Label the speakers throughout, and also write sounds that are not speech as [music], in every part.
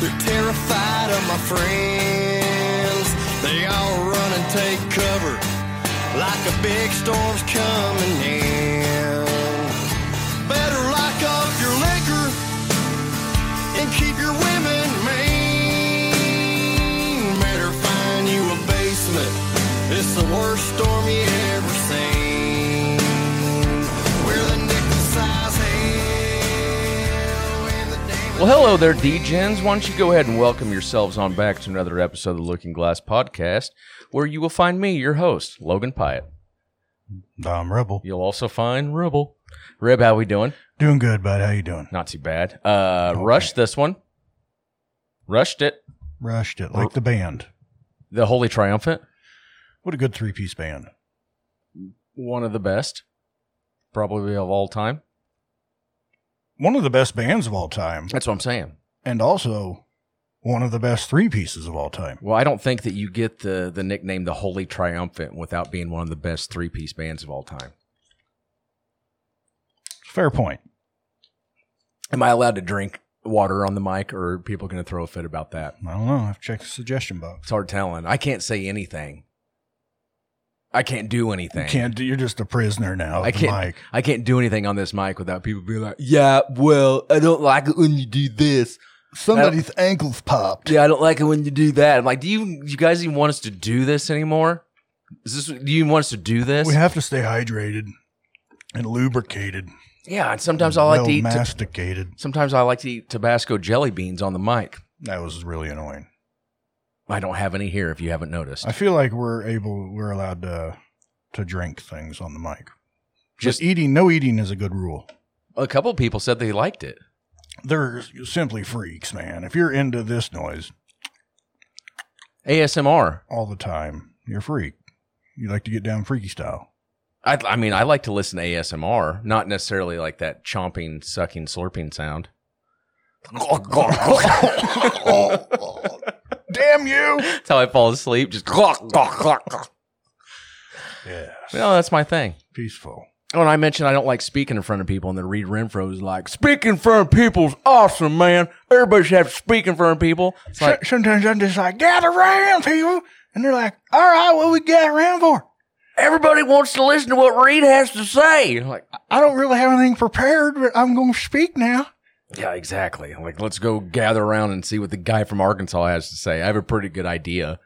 Speaker 1: They're terrified of my friends. They all run and take cover like a big storm's coming in. Better lock up your liquor and keep your women mean. Better find you a basement. It's the worst storm you ever seen. We're the nickel-sized hell and the damn
Speaker 2: Well, hello there, D-Gens. Why don't you go ahead and welcome yourselves on back to another episode of the Looking Glass Podcast, where you will find me, your host, Logan Pyatt.
Speaker 3: Dom Rebel.
Speaker 2: You'll also find Rebel. Reb, how we doing?
Speaker 3: Doing good, bud. How you doing?
Speaker 2: Not too bad. Uh, Rushed this one. Rushed it.
Speaker 3: Rushed it like the band.
Speaker 2: The Holy Triumphant.
Speaker 3: What a good three piece band.
Speaker 2: One of the best, probably of all time.
Speaker 3: One of the best bands of all time,
Speaker 2: That's what I'm saying.
Speaker 3: and also one of the best three pieces of all time.
Speaker 2: Well, I don't think that you get the the nickname the Holy Triumphant without being one of the best three piece bands of all time.
Speaker 3: Fair point.
Speaker 2: Am I allowed to drink water on the mic, or are people going to throw a fit about that?
Speaker 3: I don't know. I have to check the suggestion box.
Speaker 2: It's hard telling. I can't say anything. I can't do anything.
Speaker 3: You can't. do- You're just a prisoner now.
Speaker 2: I
Speaker 3: I
Speaker 2: can't.
Speaker 3: Mic.
Speaker 2: I can't do anything on this mic without people being like, "Yeah, well, I don't like it when you do this. Somebody's
Speaker 3: ankles popped.
Speaker 2: Yeah, I don't like it when you do that." I'm like, "Do you you guys even want us to do this anymore? Is this do you even want us to do this?"
Speaker 3: We have to stay hydrated and lubricated.
Speaker 2: yeah, and sometimes I like
Speaker 3: well
Speaker 2: to eat. ta-
Speaker 3: masticated.
Speaker 2: sometimes I like to eat Tabasco jelly beans on the mic.
Speaker 3: that was really annoying.
Speaker 2: I don't have any here. If you haven't noticed,
Speaker 3: I feel like we're able. We're allowed to to drink things on the mic.
Speaker 2: just
Speaker 3: Just eating. No eating is a good rule.
Speaker 2: a couple people said they liked it.
Speaker 3: they're simply freaks, man. If you're into this noise
Speaker 2: ASMR.
Speaker 3: all the time, you're a freak. You like to get down freaky
Speaker 2: [laughs]
Speaker 3: style.
Speaker 2: I, I mean, I like to listen to ASMR, not necessarily like that chomping, sucking, slurping sound. [laughs]
Speaker 3: Damn you!
Speaker 2: That's how I fall asleep. Just no,
Speaker 3: Yes.
Speaker 2: that's my thing.
Speaker 3: Peaceful.
Speaker 2: When I mentioned I don't like speaking in front of people, and then Reed Renfro was like, "Speaking in front of people's awesome, man. Everybody should have to speak in front of people." It's like,
Speaker 3: So- Sometimes I'm just like, gather around, people. And they're like, all right, what we gather around for?
Speaker 2: everybody wants to listen to what Reed has to say. I'm like,
Speaker 3: I don't really have anything prepared, but I'm going to speak now.
Speaker 2: yeah, exactly. I'm like, let's go gather around and see what the guy from Arkansas has to say. I have a pretty good idea.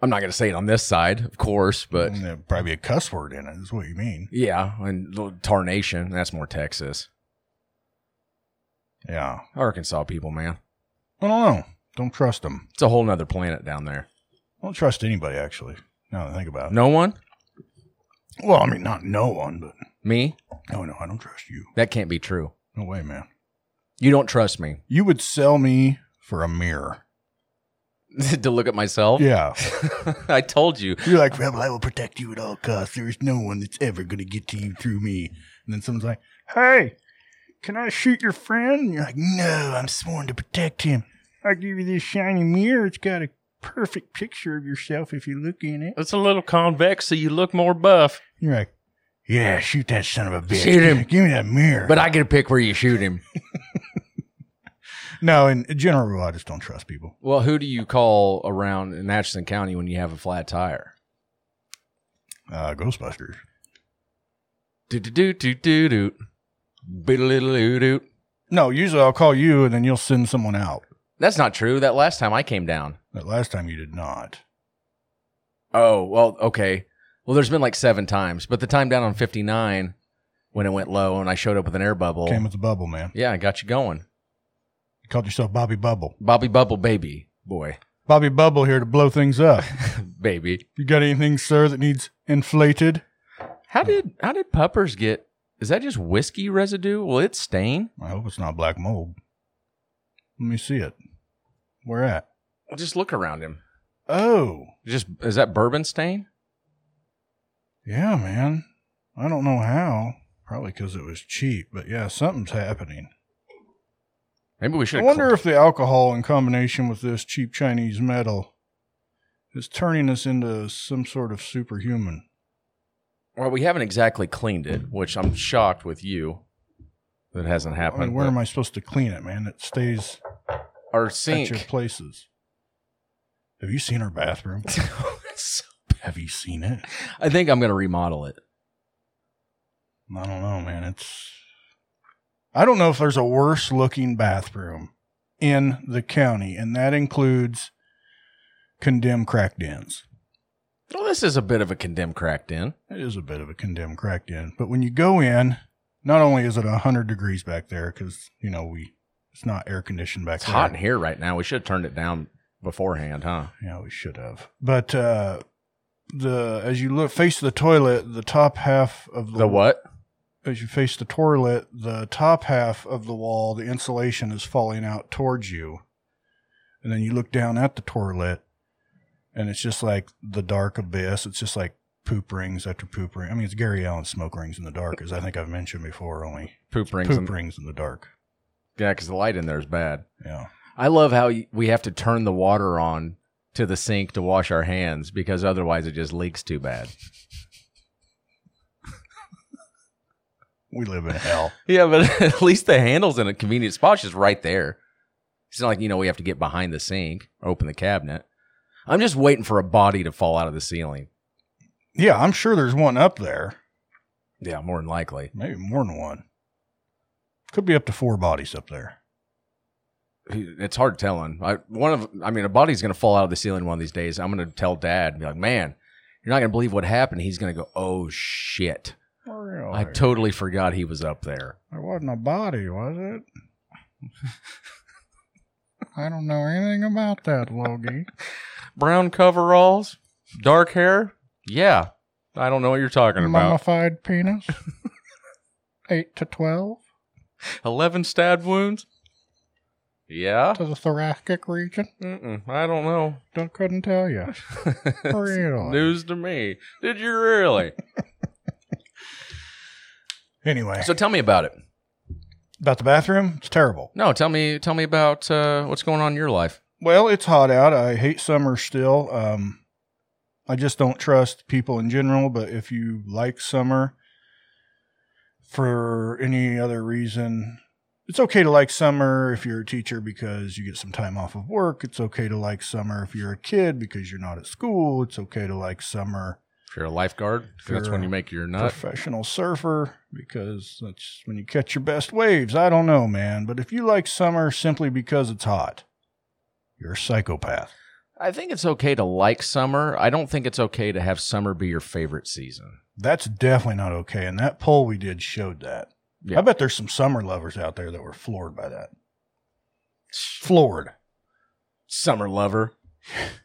Speaker 2: I'm not going to say it on this side, of course, but
Speaker 3: And there'd probably be a cuss word in it, is what you mean.
Speaker 2: yeah, and the tarnation. That's more Texas,
Speaker 3: Yeah.
Speaker 2: Arkansas people, man.
Speaker 3: I don't know. Don't trust them.
Speaker 2: It's a whole nother planet down there.
Speaker 3: Don't trust anybody, actually, now that I think about it.
Speaker 2: No one?
Speaker 3: Well, I mean, not no one, but
Speaker 2: Me?
Speaker 3: no, no, I don't trust you.
Speaker 2: That can't be true.
Speaker 3: No way, man.
Speaker 2: You don't trust me [laughs]
Speaker 3: You would sell me for a mirror.
Speaker 2: to look at myself?
Speaker 3: Yeah.
Speaker 2: [laughs] I told you.
Speaker 3: You're like, Rebel, I will protect you at all costs. There is no one that's ever going to get to you through me. And then someone's like, hey, can I shoot your friend? And you're like, no, I'm sworn to protect him. I'll give you this shiny mirror. It's got a perfect picture of yourself if you look in it.
Speaker 2: It's a little convex, so you look more buff.
Speaker 3: You're like, yeah, shoot that son of a bitch.
Speaker 2: Shoot him.
Speaker 3: Give me that mirror.
Speaker 2: But I get to pick where you shoot him.
Speaker 3: no, in in general, rule, I just don't trust people.
Speaker 2: Well, who do you call around in Atchison County when you have a flat tire?
Speaker 3: Uh, Ghostbusters.
Speaker 2: Do do do do do do. Biddle-diddle-doo-doo.
Speaker 3: No, usually I'll call you and then you'll send someone out.
Speaker 2: That's not true. That last time I came down.
Speaker 3: That last time you did not.
Speaker 2: Oh, well, okay. Well, there's been like seven times, but the time down on 59 when it went low and I showed up with an air bubble.
Speaker 3: Came with a bubble, man.
Speaker 2: yeah, I got you going.
Speaker 3: You called yourself Bobby Bubble.
Speaker 2: Bobby Bubble Baby Boy. [laughs]
Speaker 3: Bobby Bubble here to blow things up.
Speaker 2: Baby.
Speaker 3: you got anything, sir, that needs inflated?
Speaker 2: How did how did puppers get is that just whiskey residue? Will it stain?
Speaker 3: I hope it's not black mold. Let me see it. Where at?
Speaker 2: Well, just look around him.
Speaker 3: Oh,
Speaker 2: Just is that bourbon stain?
Speaker 3: yeah, man. I don't know how. Probably because it was cheap, but yeah, something's happening.
Speaker 2: Maybe we should.
Speaker 3: I wonder if the alcohol in combination with this cheap Chinese metal is turning us into some sort of superhuman.
Speaker 2: Well, we haven't exactly cleaned it, which I'm shocked with you. That
Speaker 3: I
Speaker 2: hasn't happened.
Speaker 3: mean, where
Speaker 2: but
Speaker 3: am I supposed to clean it, man? It stays
Speaker 2: Our
Speaker 3: at your
Speaker 2: sink.
Speaker 3: places. Have you seen our
Speaker 2: [laughs]
Speaker 3: bathroom?
Speaker 2: It's-
Speaker 3: Have you seen it?
Speaker 2: I think I'm gonna remodel it.
Speaker 3: I don't know, man. It's I don't know if there's a worse looking bathroom in the county, and that includes condemned crack dens.
Speaker 2: Well, this is a bit of a condemned cracked in.
Speaker 3: It is a bit of a condemned crack den, but when you go in, not only is it hundred degrees back there because you know we it's not air conditioned back
Speaker 2: It's
Speaker 3: there.
Speaker 2: hot in here right now. We should have turned it down beforehand, huh?
Speaker 3: Yeah, we should have. But uh the as you look face the toilet, the top half of the,
Speaker 2: The what?
Speaker 3: as you face the toilet, the top half of the wall, the insulation is falling out towards you. And then you look down at the toilet and it's just like the dark abyss. It's just like poop rings after poop ring. I mean, it's Gary Allen smoke rings in the dark, as I think I've mentioned before, only
Speaker 2: Poop rings.
Speaker 3: poop
Speaker 2: and-
Speaker 3: rings in the dark.
Speaker 2: Yeah, because the light in there is bad.
Speaker 3: Yeah.
Speaker 2: I love how y- we have to turn the water on to the sink to wash our hands because otherwise it just leaks too bad.
Speaker 3: We live in hell.
Speaker 2: Yeah, but [laughs] at least the handle's in a convenient spot. It's just right there. It's not like, you know, we have to get behind the sink or open the cabinet. I'm just waiting for a body to fall out of the ceiling.
Speaker 3: yeah, I'm sure there's one up there.
Speaker 2: Yeah, more than likely.
Speaker 3: Maybe more than one. Could be up to four bodies up there.
Speaker 2: It's hard telling. I, one of, I mean, a body's going to fall out of the ceiling one of these days. I'm going to tell dad, be like, man, you're not going to believe what happened. He's going to go, oh shit. I
Speaker 3: Really?
Speaker 2: totally forgot he was up there.
Speaker 3: It wasn't a body, was it? I don't know anything about that, Logie.
Speaker 2: Brown coveralls, dark hair. Yeah. I don't know what you're talking about.
Speaker 3: Mummified penis. Eight to twelve
Speaker 2: 11 stab wounds. Yeah.
Speaker 3: to the thoracic region.
Speaker 2: Mm-mm, I don't [laughs] know.
Speaker 3: Don't couldn't tell you. Really?
Speaker 2: News to me. Did you really?
Speaker 3: Anyway,
Speaker 2: so tell me about it.
Speaker 3: about the bathroom, it's terrible.
Speaker 2: No, tell me. Tell me about uh, what's going on in your life.
Speaker 3: Well, it's hot out. I hate summer still. Um, I just don't trust people in general. But if you like summer for any other reason, it's okay to like summer if you're a teacher because you get some time off of work. It's okay to like summer if you're a kid because you're not at school. It's okay to like summer
Speaker 2: If you're a lifeguard, 'cause that's
Speaker 3: Sure.
Speaker 2: when you make your nut.
Speaker 3: professional surfer because that's when you catch your best waves. I don't know, man. But if you like summer simply because it's hot, you're a psychopath.
Speaker 2: I think it's okay to like summer. I don't think it's okay to have summer be your favorite season.
Speaker 3: That's definitely not okay. And that poll we did showed that.
Speaker 2: Yeah.
Speaker 3: I bet there's some summer lovers out there that were floored by that. Floored.
Speaker 2: Summer lover.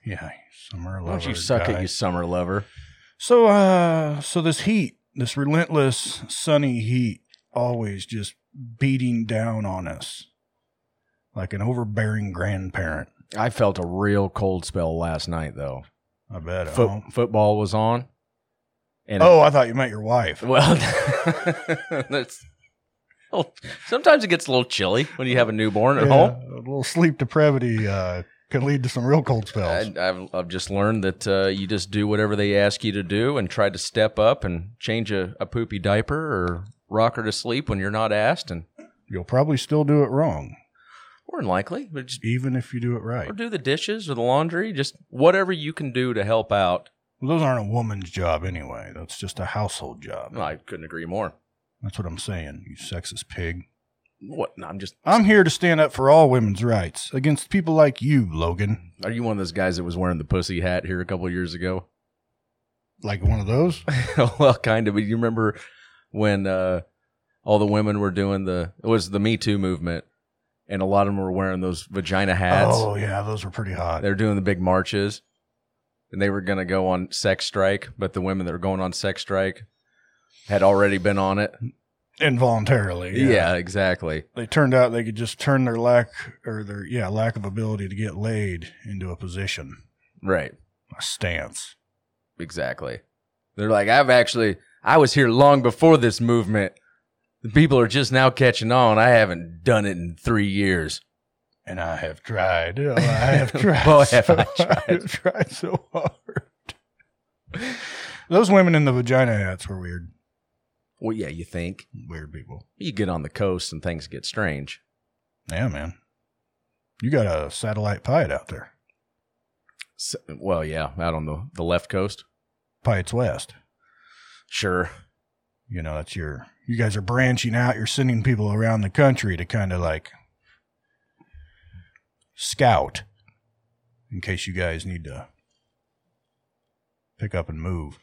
Speaker 3: Yeah, summer
Speaker 2: Why
Speaker 3: lovers.
Speaker 2: don't you suck
Speaker 3: guy.
Speaker 2: it, you summer lover?
Speaker 3: So, uh, so this heat, this relentless sunny heat, always just beating down on us, like an overbearing grandparent.
Speaker 2: I felt a real cold spell last night though.
Speaker 3: I bet.
Speaker 2: Foot-
Speaker 3: huh?
Speaker 2: football was on. And
Speaker 3: oh, I thought you meant your wife.
Speaker 2: Well, [laughs] that's. Well, sometimes it gets a little chilly when you have a newborn at
Speaker 3: Yeah,
Speaker 2: home.
Speaker 3: A little sleep depravity uh, can lead to some real cold spells.
Speaker 2: I, I've, I've just learned that uh, you just do whatever they ask you to do and try to step up and change a, a poopy diaper or rock her to sleep when you're not asked, and
Speaker 3: You'll probably still do it wrong,
Speaker 2: more than likely, but just
Speaker 3: even if you do it right.
Speaker 2: or do the dishes or the laundry, just whatever you can do to help out.
Speaker 3: Well, those aren't a woman's job anyway. That's just a household job.
Speaker 2: No, I couldn't agree more.
Speaker 3: That's what I'm saying, you sexist pig.
Speaker 2: What? No, I'm just.
Speaker 3: I'm here to stand up for all women's rights against people like you, Logan.
Speaker 2: Are you one of those guys that was wearing the pussy hat here a couple of years ago?
Speaker 3: Like one of those?
Speaker 2: well, kind of. But you remember when uh, all the women were doing the it was the Me Too movement, and a lot of them were wearing those vagina [laughs] hats.
Speaker 3: Oh, yeah, those were pretty hot.
Speaker 2: They were doing the big marches, and they were going to go on sex strike. But the women that were going on sex strike had already been on it,
Speaker 3: involuntarily.
Speaker 2: Yeah, exactly.
Speaker 3: They turned out they could just turn their lack or their yeah lack of ability to get laid into a position,
Speaker 2: Right.
Speaker 3: a stance.
Speaker 2: Exactly. They're like, I've actually, I was here long before this movement. The people are just now catching on. I haven't done it in three years.
Speaker 3: And I have tried. Oh, I
Speaker 2: [laughs]
Speaker 3: have tried.
Speaker 2: Boy, have I
Speaker 3: I have tried so hard. Those women in the vagina hats were weird.
Speaker 2: Well, yeah, you think
Speaker 3: Weird people.
Speaker 2: you get on the coast and things get strange.
Speaker 3: Yeah, man. You got a satellite pied out there.
Speaker 2: S well, yeah, out on the, the left coast.
Speaker 3: Pied's West.
Speaker 2: Sure.
Speaker 3: You know, that's your. You guys are branching out. You're sending people around the country to kind of like scout in case you guys need to pick up and move.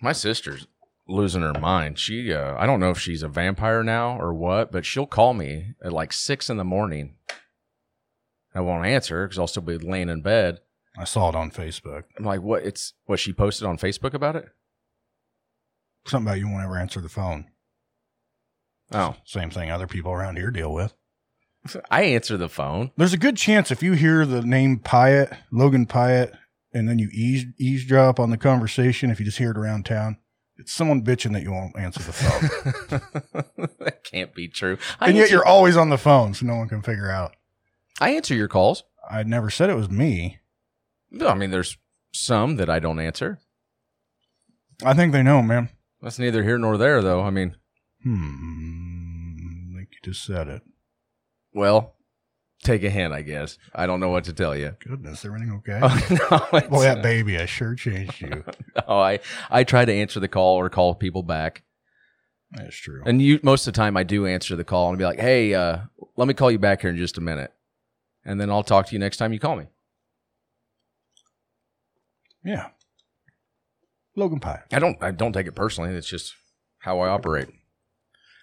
Speaker 2: My sister's losing her mind. She, uh, I don't know if she's a vampire now or what, but she'll call me at like six in the morning. I won't answer because I'll still be laying in bed.
Speaker 3: I saw it on Facebook.
Speaker 2: I'm like, what? It's what she posted on Facebook about it.
Speaker 3: Something about you won't ever answer the phone.
Speaker 2: Oh,
Speaker 3: Same thing other people around here deal with.
Speaker 2: [laughs] I answer the phone. [laughs]
Speaker 3: There's a good chance if you hear the name Pyatt, Logan Pyatt, and then you eaves, eavesdrop on the conversation, if you just hear it around town, it's someone bitching that you won't answer the phone.
Speaker 2: that can't be true. [laughs] I
Speaker 3: and yet
Speaker 2: answer-
Speaker 3: you're always on the phone, so no one can figure out.
Speaker 2: I answer your calls.
Speaker 3: I never said it was me.
Speaker 2: No, I mean, there's some that I don't answer.
Speaker 3: I think they know, man.
Speaker 2: That's neither here nor there, though. I mean,
Speaker 3: Hmm. I think you just said it.
Speaker 2: well, take a hint, I guess. I don't know what to tell you. [laughs]
Speaker 3: Goodness, everything okay?
Speaker 2: Oh, no, it's-
Speaker 3: Boy, that baby, I sure changed you.
Speaker 2: [laughs] no, I I try to answer the call or call people back,
Speaker 3: That's true.
Speaker 2: and you most of the time I do answer the call and be like, hey, uh, let me call you back here in just a minute, and then I'll talk to you next time you call me.
Speaker 3: yeah. Logan Pyatt.
Speaker 2: I don't I don't take it personally. It's just how I operate.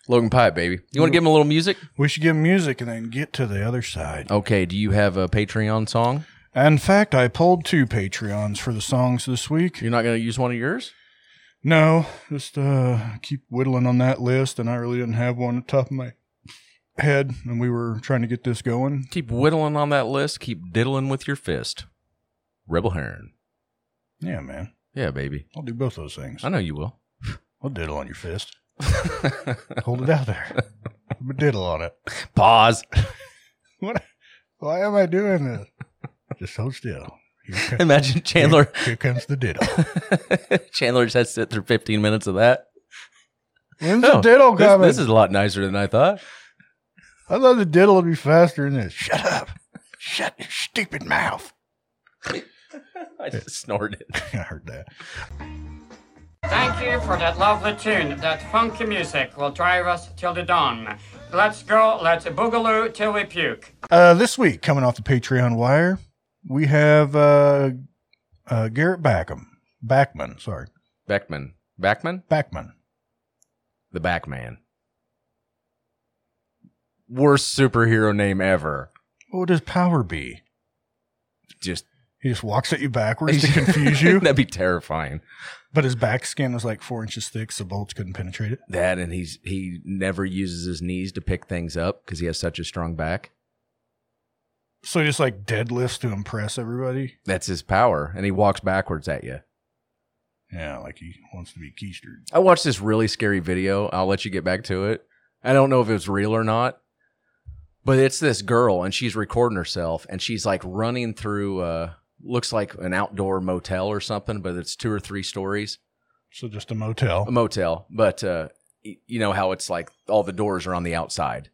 Speaker 2: Logan Pyatt, baby. You want to give him a little music?
Speaker 3: We should give him music and then get to the other side.
Speaker 2: Okay. Do you have a Patreon song?
Speaker 3: In fact, I pulled two Patreons for the songs this week.
Speaker 2: You're not going to use one of yours?
Speaker 3: No, just uh, keep whittling on that list, and I really didn't have one at the top of my head, and we were trying to get this going.
Speaker 2: Keep whittling on that list. Keep diddling with your fist. Rebel Heron.
Speaker 3: Yeah, man,
Speaker 2: Yeah, baby.
Speaker 3: I'll do both those things.
Speaker 2: I know you will.
Speaker 3: I'll diddle on your
Speaker 2: [laughs]
Speaker 3: fist. Hold it out there. I'm a diddle on it. [laughs]
Speaker 2: Pause [laughs]
Speaker 3: What? Why am I doing this? Just hold still. Here,
Speaker 2: [laughs]
Speaker 3: co-
Speaker 2: Imagine Chandler.
Speaker 3: here comes the diddle.
Speaker 2: [laughs] Chandler just has to sit through 15 minutes of that.
Speaker 3: When's
Speaker 2: Oh,
Speaker 3: the diddle
Speaker 2: This,
Speaker 3: coming?
Speaker 2: this is a lot nicer than I thought.
Speaker 3: I thought the diddle would be faster than this. Shut up. Shut your stupid mouth.
Speaker 2: I just snorted.
Speaker 3: [laughs] I heard that.
Speaker 4: Thank you for that lovely tune. That funky music will drive us till the dawn. Let's go, let's boogaloo till we puke.
Speaker 3: Uh, this week, coming off the Patreon wire, we have uh, uh, Garrett Backham. Backman, sorry.
Speaker 2: [laughs] Beckman. Backman?
Speaker 3: Backman.
Speaker 2: The Backman. Worst superhero name ever.
Speaker 3: What would his power be?
Speaker 2: Just
Speaker 3: He [laughs] just walks at you backwards
Speaker 2: [laughs]
Speaker 3: to confuse you,
Speaker 2: That'd be terrifying.
Speaker 3: but his back skin was like four inches thick, so bolts couldn't penetrate it.
Speaker 2: That and he's he never uses his knees to pick things up because he has such a strong back.
Speaker 3: So he just like deadlifts to impress everybody.
Speaker 2: That's his power, and he walks backwards at you.
Speaker 3: Yeah, like he wants to be keistered.
Speaker 2: I watched this really scary video. I'll let you get back to it. I don't know if it was real or not, but it's this girl and she's recording herself and she's like running through uh looks like an outdoor motel or something, but it's two or three stories.
Speaker 3: So just a motel.
Speaker 2: a motel, but uh, y- you know how it's like all the doors are on the outside.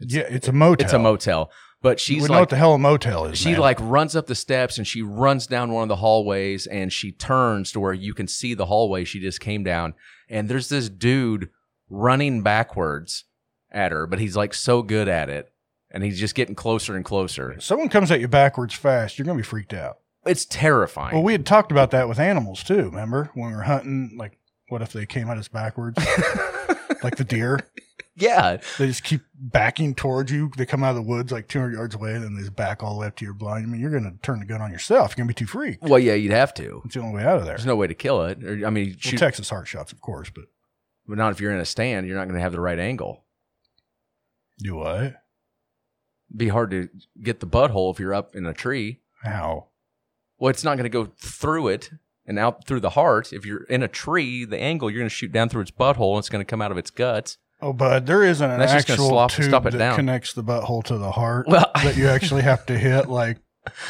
Speaker 3: yeah, it's a motel.
Speaker 2: It's a motel, but
Speaker 3: You
Speaker 2: she's
Speaker 3: would know what
Speaker 2: like
Speaker 3: the hell a motel is.
Speaker 2: she
Speaker 3: man.
Speaker 2: like runs up the steps and she runs down one of the hallways and she turns to where you can see the hallway she just came down and there's this dude running backwards at her, but he's like so good at it and he's just getting closer and closer.
Speaker 3: someone comes at you backwards fast, you're gonna be freaked out.
Speaker 2: It's terrifying.
Speaker 3: Well, we had talked about that with animals too. Remember when we were hunting? Like, what if they came at us backwards?
Speaker 2: [laughs]
Speaker 3: [laughs] like the deer,
Speaker 2: yeah,
Speaker 3: they just keep backing towards you. They come out of the woods like 200 yards away, and then they just back all the way up to your blind. I mean, you're gonna turn the gun on yourself. You're gonna be too freaked.
Speaker 2: well, yeah, you'd have to.
Speaker 3: It's the only way out of there.
Speaker 2: There's no way to kill it. Or, I mean,
Speaker 3: Well,
Speaker 2: shoot,
Speaker 3: Texas heart shots, of course, but
Speaker 2: But not if you're in a stand, you're not going to have the right angle.
Speaker 3: Do what?
Speaker 2: Be hard to get the butthole if you're up in a tree.
Speaker 3: How?
Speaker 2: Well, it's not going to go through it and out through the heart. If you're in a tree, the angle you're going to shoot down through its butthole and it's going to come out of its guts.
Speaker 3: Oh, bud, there isn't an
Speaker 2: That's just gonna
Speaker 3: actual
Speaker 2: slop-
Speaker 3: tube
Speaker 2: stop it
Speaker 3: that
Speaker 2: down.
Speaker 3: connects the butthole to the heart
Speaker 2: Well, [laughs]
Speaker 3: that you actually have to hit, like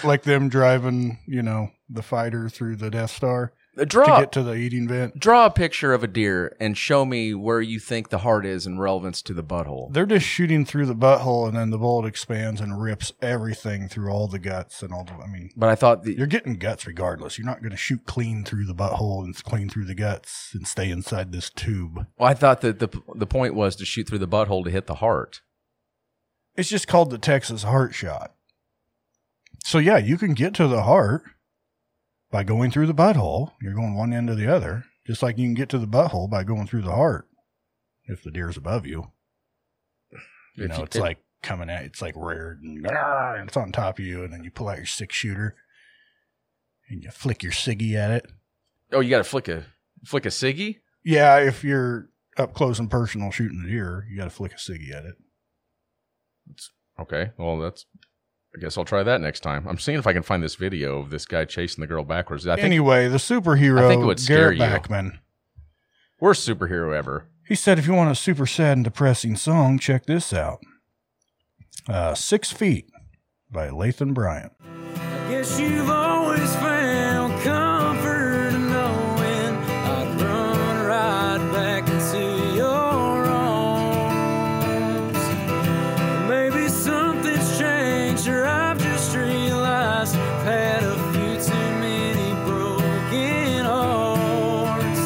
Speaker 3: like them driving, you know, the fighter through the Death Star
Speaker 2: draw
Speaker 3: to get to the eating vent.
Speaker 2: draw a picture of a deer and show me where you think the heart is in relevance to the butthole.
Speaker 3: They're just shooting through the butthole, and then the bullet expands and rips everything through all the guts and all the. I mean,
Speaker 2: But I thought the,
Speaker 3: you're getting guts regardless. You're not going to shoot clean through the butthole and clean through the guts and stay inside this tube.
Speaker 2: well, I thought that the the point was to shoot through the butthole to hit the heart.
Speaker 3: It's just called the Texas heart shot. So yeah, you can get to the heart by going through the butthole. You're going one end to the other, just like you can get to the butthole by going through the heart. If the deer's above you, you
Speaker 2: If
Speaker 3: know
Speaker 2: you-
Speaker 3: it's like coming at it's like reared and, "Arr!" and it's on top of you, and then you pull out your six shooter and you flick your ciggy at it.
Speaker 2: Oh, you got to flick a flick a ciggy.
Speaker 3: Yeah, if you're up close and personal shooting the deer, you got to flick a ciggy at it.
Speaker 2: Okay, well that's. I guess I'll try that next time. I'm seeing if I can find this video of this guy chasing the girl backwards. I think
Speaker 3: anyway, the superhero
Speaker 2: I think it would scare
Speaker 3: Garrett
Speaker 2: you.
Speaker 3: Backman.
Speaker 2: worst superhero ever.
Speaker 3: He said, if you want a super sad and depressing song, check this out. Uh, Six Feet by Lathan Bryant.
Speaker 5: Guess you've always found comfort in knowing I'd run right back into your arms. Maybe something's changed, or I've just realized I've had a few too many broken hearts.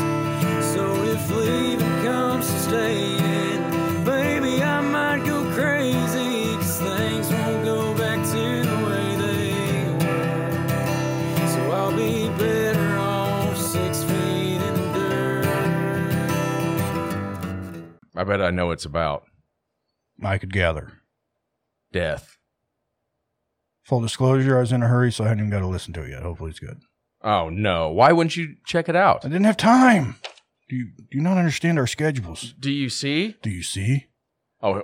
Speaker 5: So if leaving comes to staying, baby, I might go crazy, 'cause things won't go back to the way they were. So I'll be better off six feet in the dirt.
Speaker 2: I bet I know what it's about
Speaker 3: I could gather.
Speaker 2: death.
Speaker 3: Full disclosure, I was in a hurry, so I hadn't even got to listen to it yet. Hopefully it's good.
Speaker 2: Oh no! Why wouldn't you check it out?
Speaker 3: I didn't have time. Do you, do you not understand our schedules?
Speaker 2: Do you see?
Speaker 3: Do you see?
Speaker 2: Oh,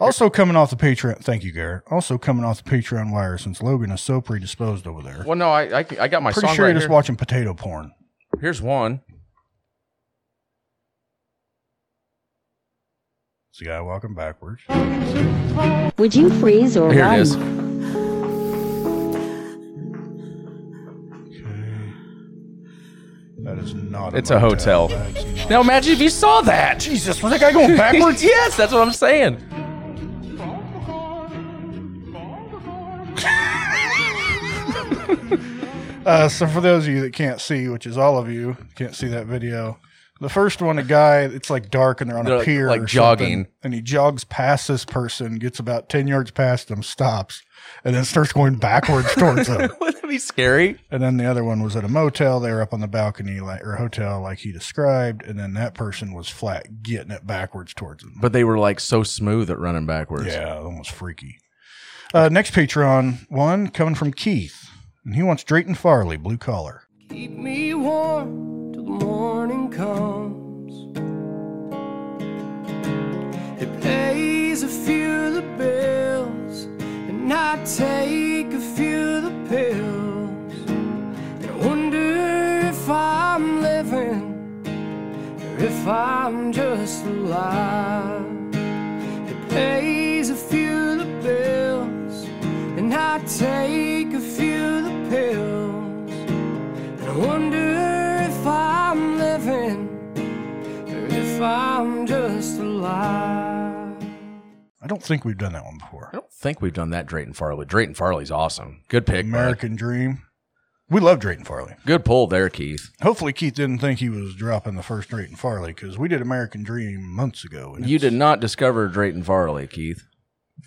Speaker 3: Also coming off the Patreon. Thank you, Garrett. Also coming off the Patreon wire since Logan is so predisposed over there.
Speaker 2: well, no. I I, I got my
Speaker 3: Pretty
Speaker 2: song
Speaker 3: sure
Speaker 2: right
Speaker 3: you're just
Speaker 2: here.
Speaker 3: watching potato porn.
Speaker 2: Here's one.
Speaker 3: It's the guy walking backwards.
Speaker 6: Would you freeze or
Speaker 2: Here
Speaker 6: run?
Speaker 2: it is.
Speaker 3: That is not.
Speaker 2: It's a hotel.
Speaker 3: That's not-
Speaker 2: Now imagine if you saw that.
Speaker 3: Jesus, was that guy
Speaker 2: [laughs]
Speaker 3: going backwards?
Speaker 2: yes, that's what I'm saying. [laughs]
Speaker 3: Uh, so for those of you that can't see, which is all of you, can't see that video. The first one, a guy, it's like dark and they're on
Speaker 2: They're
Speaker 3: a
Speaker 2: like-
Speaker 3: pier,
Speaker 2: like
Speaker 3: or
Speaker 2: jogging.
Speaker 3: something, and he jogs past this person, gets about ten yards past him, stops, and then starts going backwards towards him.
Speaker 2: Wouldn't that be scary?
Speaker 3: And then the other one was at a motel. They were up on the balcony, like or hotel, like he described, and then that person was flat getting it backwards towards him.
Speaker 2: But they were like so smooth at running backwards.
Speaker 3: Yeah, that one was freaky. Uh, next Patreon one coming from Keith, and he wants Drayton Farley, blue collar.
Speaker 5: Keep me warm till the morning comes. It pays a few of the bills, and I take a few of the pills. And I wonder if I'm living, or if I'm just alive. It pays a few of the bills, and I take a few of the pills. And I wonder if I'm living or if I'm just alive.
Speaker 3: I don't think we've done that one before.
Speaker 2: I don't think we've done that Drayton Farley. Drayton Farley's awesome. Good pick. bud.
Speaker 3: American Dream. We love Drayton Farley.
Speaker 2: Good pull there, Keith.
Speaker 3: Hopefully, Keith didn't think he was dropping the first Drayton Farley because we did American Dream months ago. and
Speaker 2: You
Speaker 3: it's-
Speaker 2: did not discover Drayton Farley, Keith.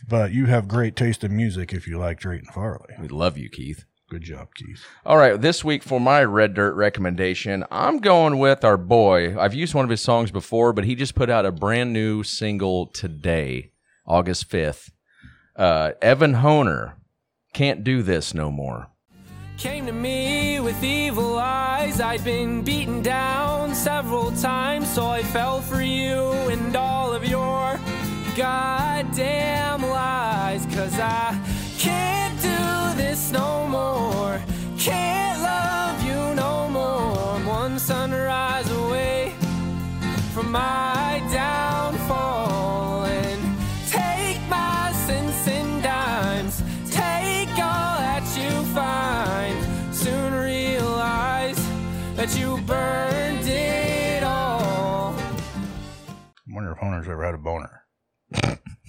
Speaker 3: but you have great taste in music if you like Drayton Farley.
Speaker 2: We love you, Keith.
Speaker 3: Good job, Keith.
Speaker 2: All right, this week for my Red Dirt recommendation, I'm going with our boy. I've used one of his songs before, but he just put out a brand new single today, August 5th. Uh, Evan Honer, Can't Do This No More.
Speaker 5: came to me with evil eyes. I'd been beaten down several times, so I fell for you and all of your goddamn lies. Cause I can't do this no more. Can't love you no more. I'm one sunrise away from my downfall and take my cents and dimes, take all that you find. Soon realize that you burned it all.
Speaker 3: wonder if Hunter's ever had a boner.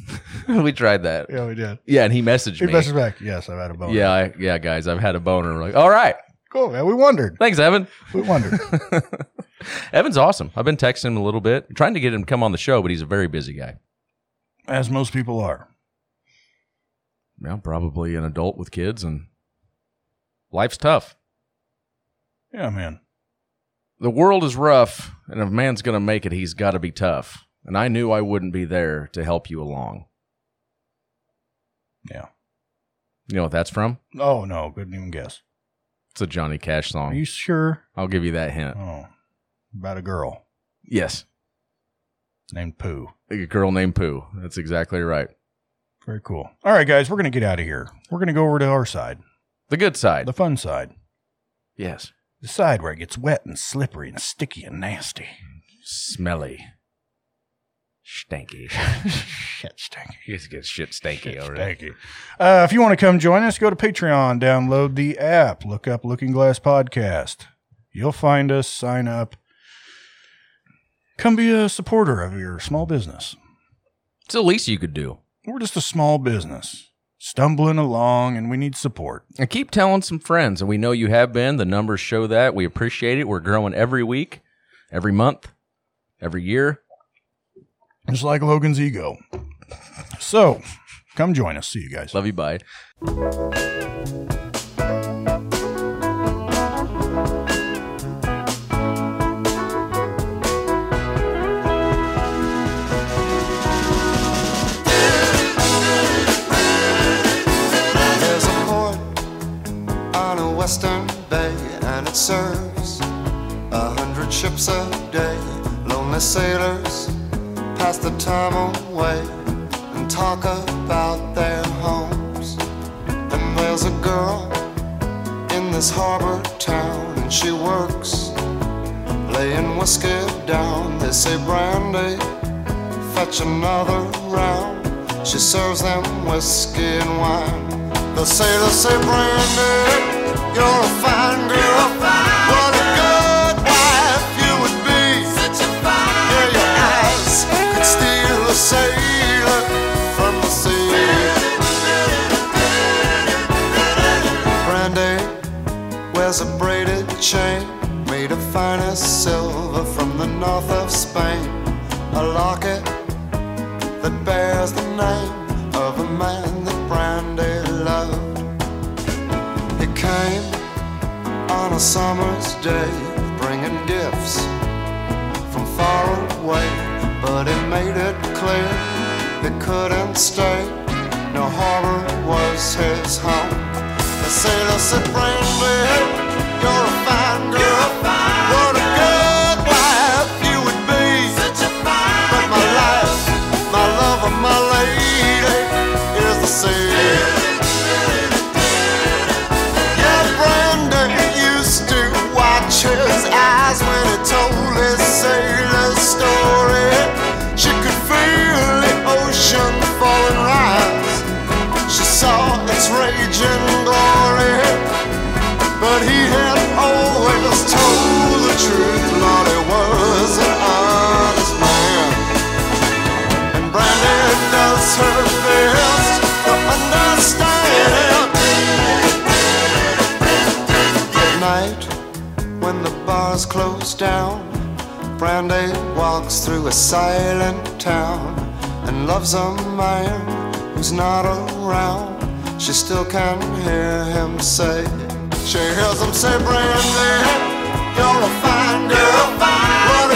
Speaker 2: [laughs] we tried that. Yeah.
Speaker 3: Yeah, we did.
Speaker 2: and he messaged
Speaker 3: He
Speaker 2: me.
Speaker 3: messaged Oh, back. Yes, I've had a boner.
Speaker 2: yeah, I, yeah, guys, I've had a boner. We're like, all right,
Speaker 3: Cool, man. We wondered.
Speaker 2: thanks, Evan. [laughs]
Speaker 3: We wondered.
Speaker 2: Evan's awesome. I've been texting him a little bit, trying to get him to come on the show, but he's a very busy guy.
Speaker 3: As most people are.
Speaker 2: Yeah, probably an adult with kids, and life's tough.
Speaker 3: Yeah, man.
Speaker 2: The world is rough, and if a man's going to make it, he's got to be tough. And I knew I wouldn't be there to help you along.
Speaker 3: Yeah.
Speaker 2: You know what that's from?
Speaker 3: Oh no, couldn't even guess.
Speaker 2: It's a Johnny Cash
Speaker 3: Are
Speaker 2: song.
Speaker 3: you sure?
Speaker 2: I'll give you that hint.
Speaker 3: Oh, about a girl
Speaker 2: Yes,
Speaker 3: named Pooh.
Speaker 2: a girl named Pooh. That's exactly right.
Speaker 3: Very cool. All right, guys, we're gonna get out of here. We're gonna go over to our side,
Speaker 2: The good side.
Speaker 3: the fun side,
Speaker 2: yes.
Speaker 3: the side where it gets wet and slippery and sticky and nasty.
Speaker 2: Smelly. [laughs] Stanky.
Speaker 3: Shit, stinky.
Speaker 2: He just gets shit stanky over it.
Speaker 3: Thank you. Uh, if you want to come join us, go to Patreon, download the app, look up Looking Glass Podcast. You'll find us, sign up. Come be a supporter of your small business.
Speaker 2: It's the least you could do.
Speaker 3: We're just a small business stumbling along and we need support.
Speaker 2: And keep telling some friends. And we know you have been. The numbers show that. We appreciate it. We're growing every week, every month, every year.
Speaker 3: Just like Logan's ego. So come join us. See you guys.
Speaker 2: Love you. Bye.
Speaker 1: There's a port on a western bay, and it serves a hundred ships a day. Lonely sailors pass the time away and talk about their homes. And there's a girl in this harbor town, and she works laying whiskey down. They say brandy, fetch another round. She serves them whiskey and wine. The sailor say, Brandy, you're a fine girl. What a good wife you would be. Such a fine yeah, your eyes could steal a sailor from the sea. Brandy wears a braided chain made of finest silver from the north of Spain. A locket that bears the name of a man that Brandy loved. He came on a summer's day, bringing gifts from far away, but he made it clear he couldn't stay. No harbor was his home. The sailor said, Brandy, you're a fine girl. What a good wife you would be. But my life, my love, and my lady is the sea. Yeah, Brandon used to watch his eyes when he told his sailor story. She could feel the ocean fall and rise. She saw its raging glory. But he had always told the truth, Lord, he was an honest man. And Brandon does her best to understand. At night, when the bars close down, Brandy walks through a silent town and loves a man who's not around. She still can hear him say, She hears him say, Brandy, you're a fine girl. What a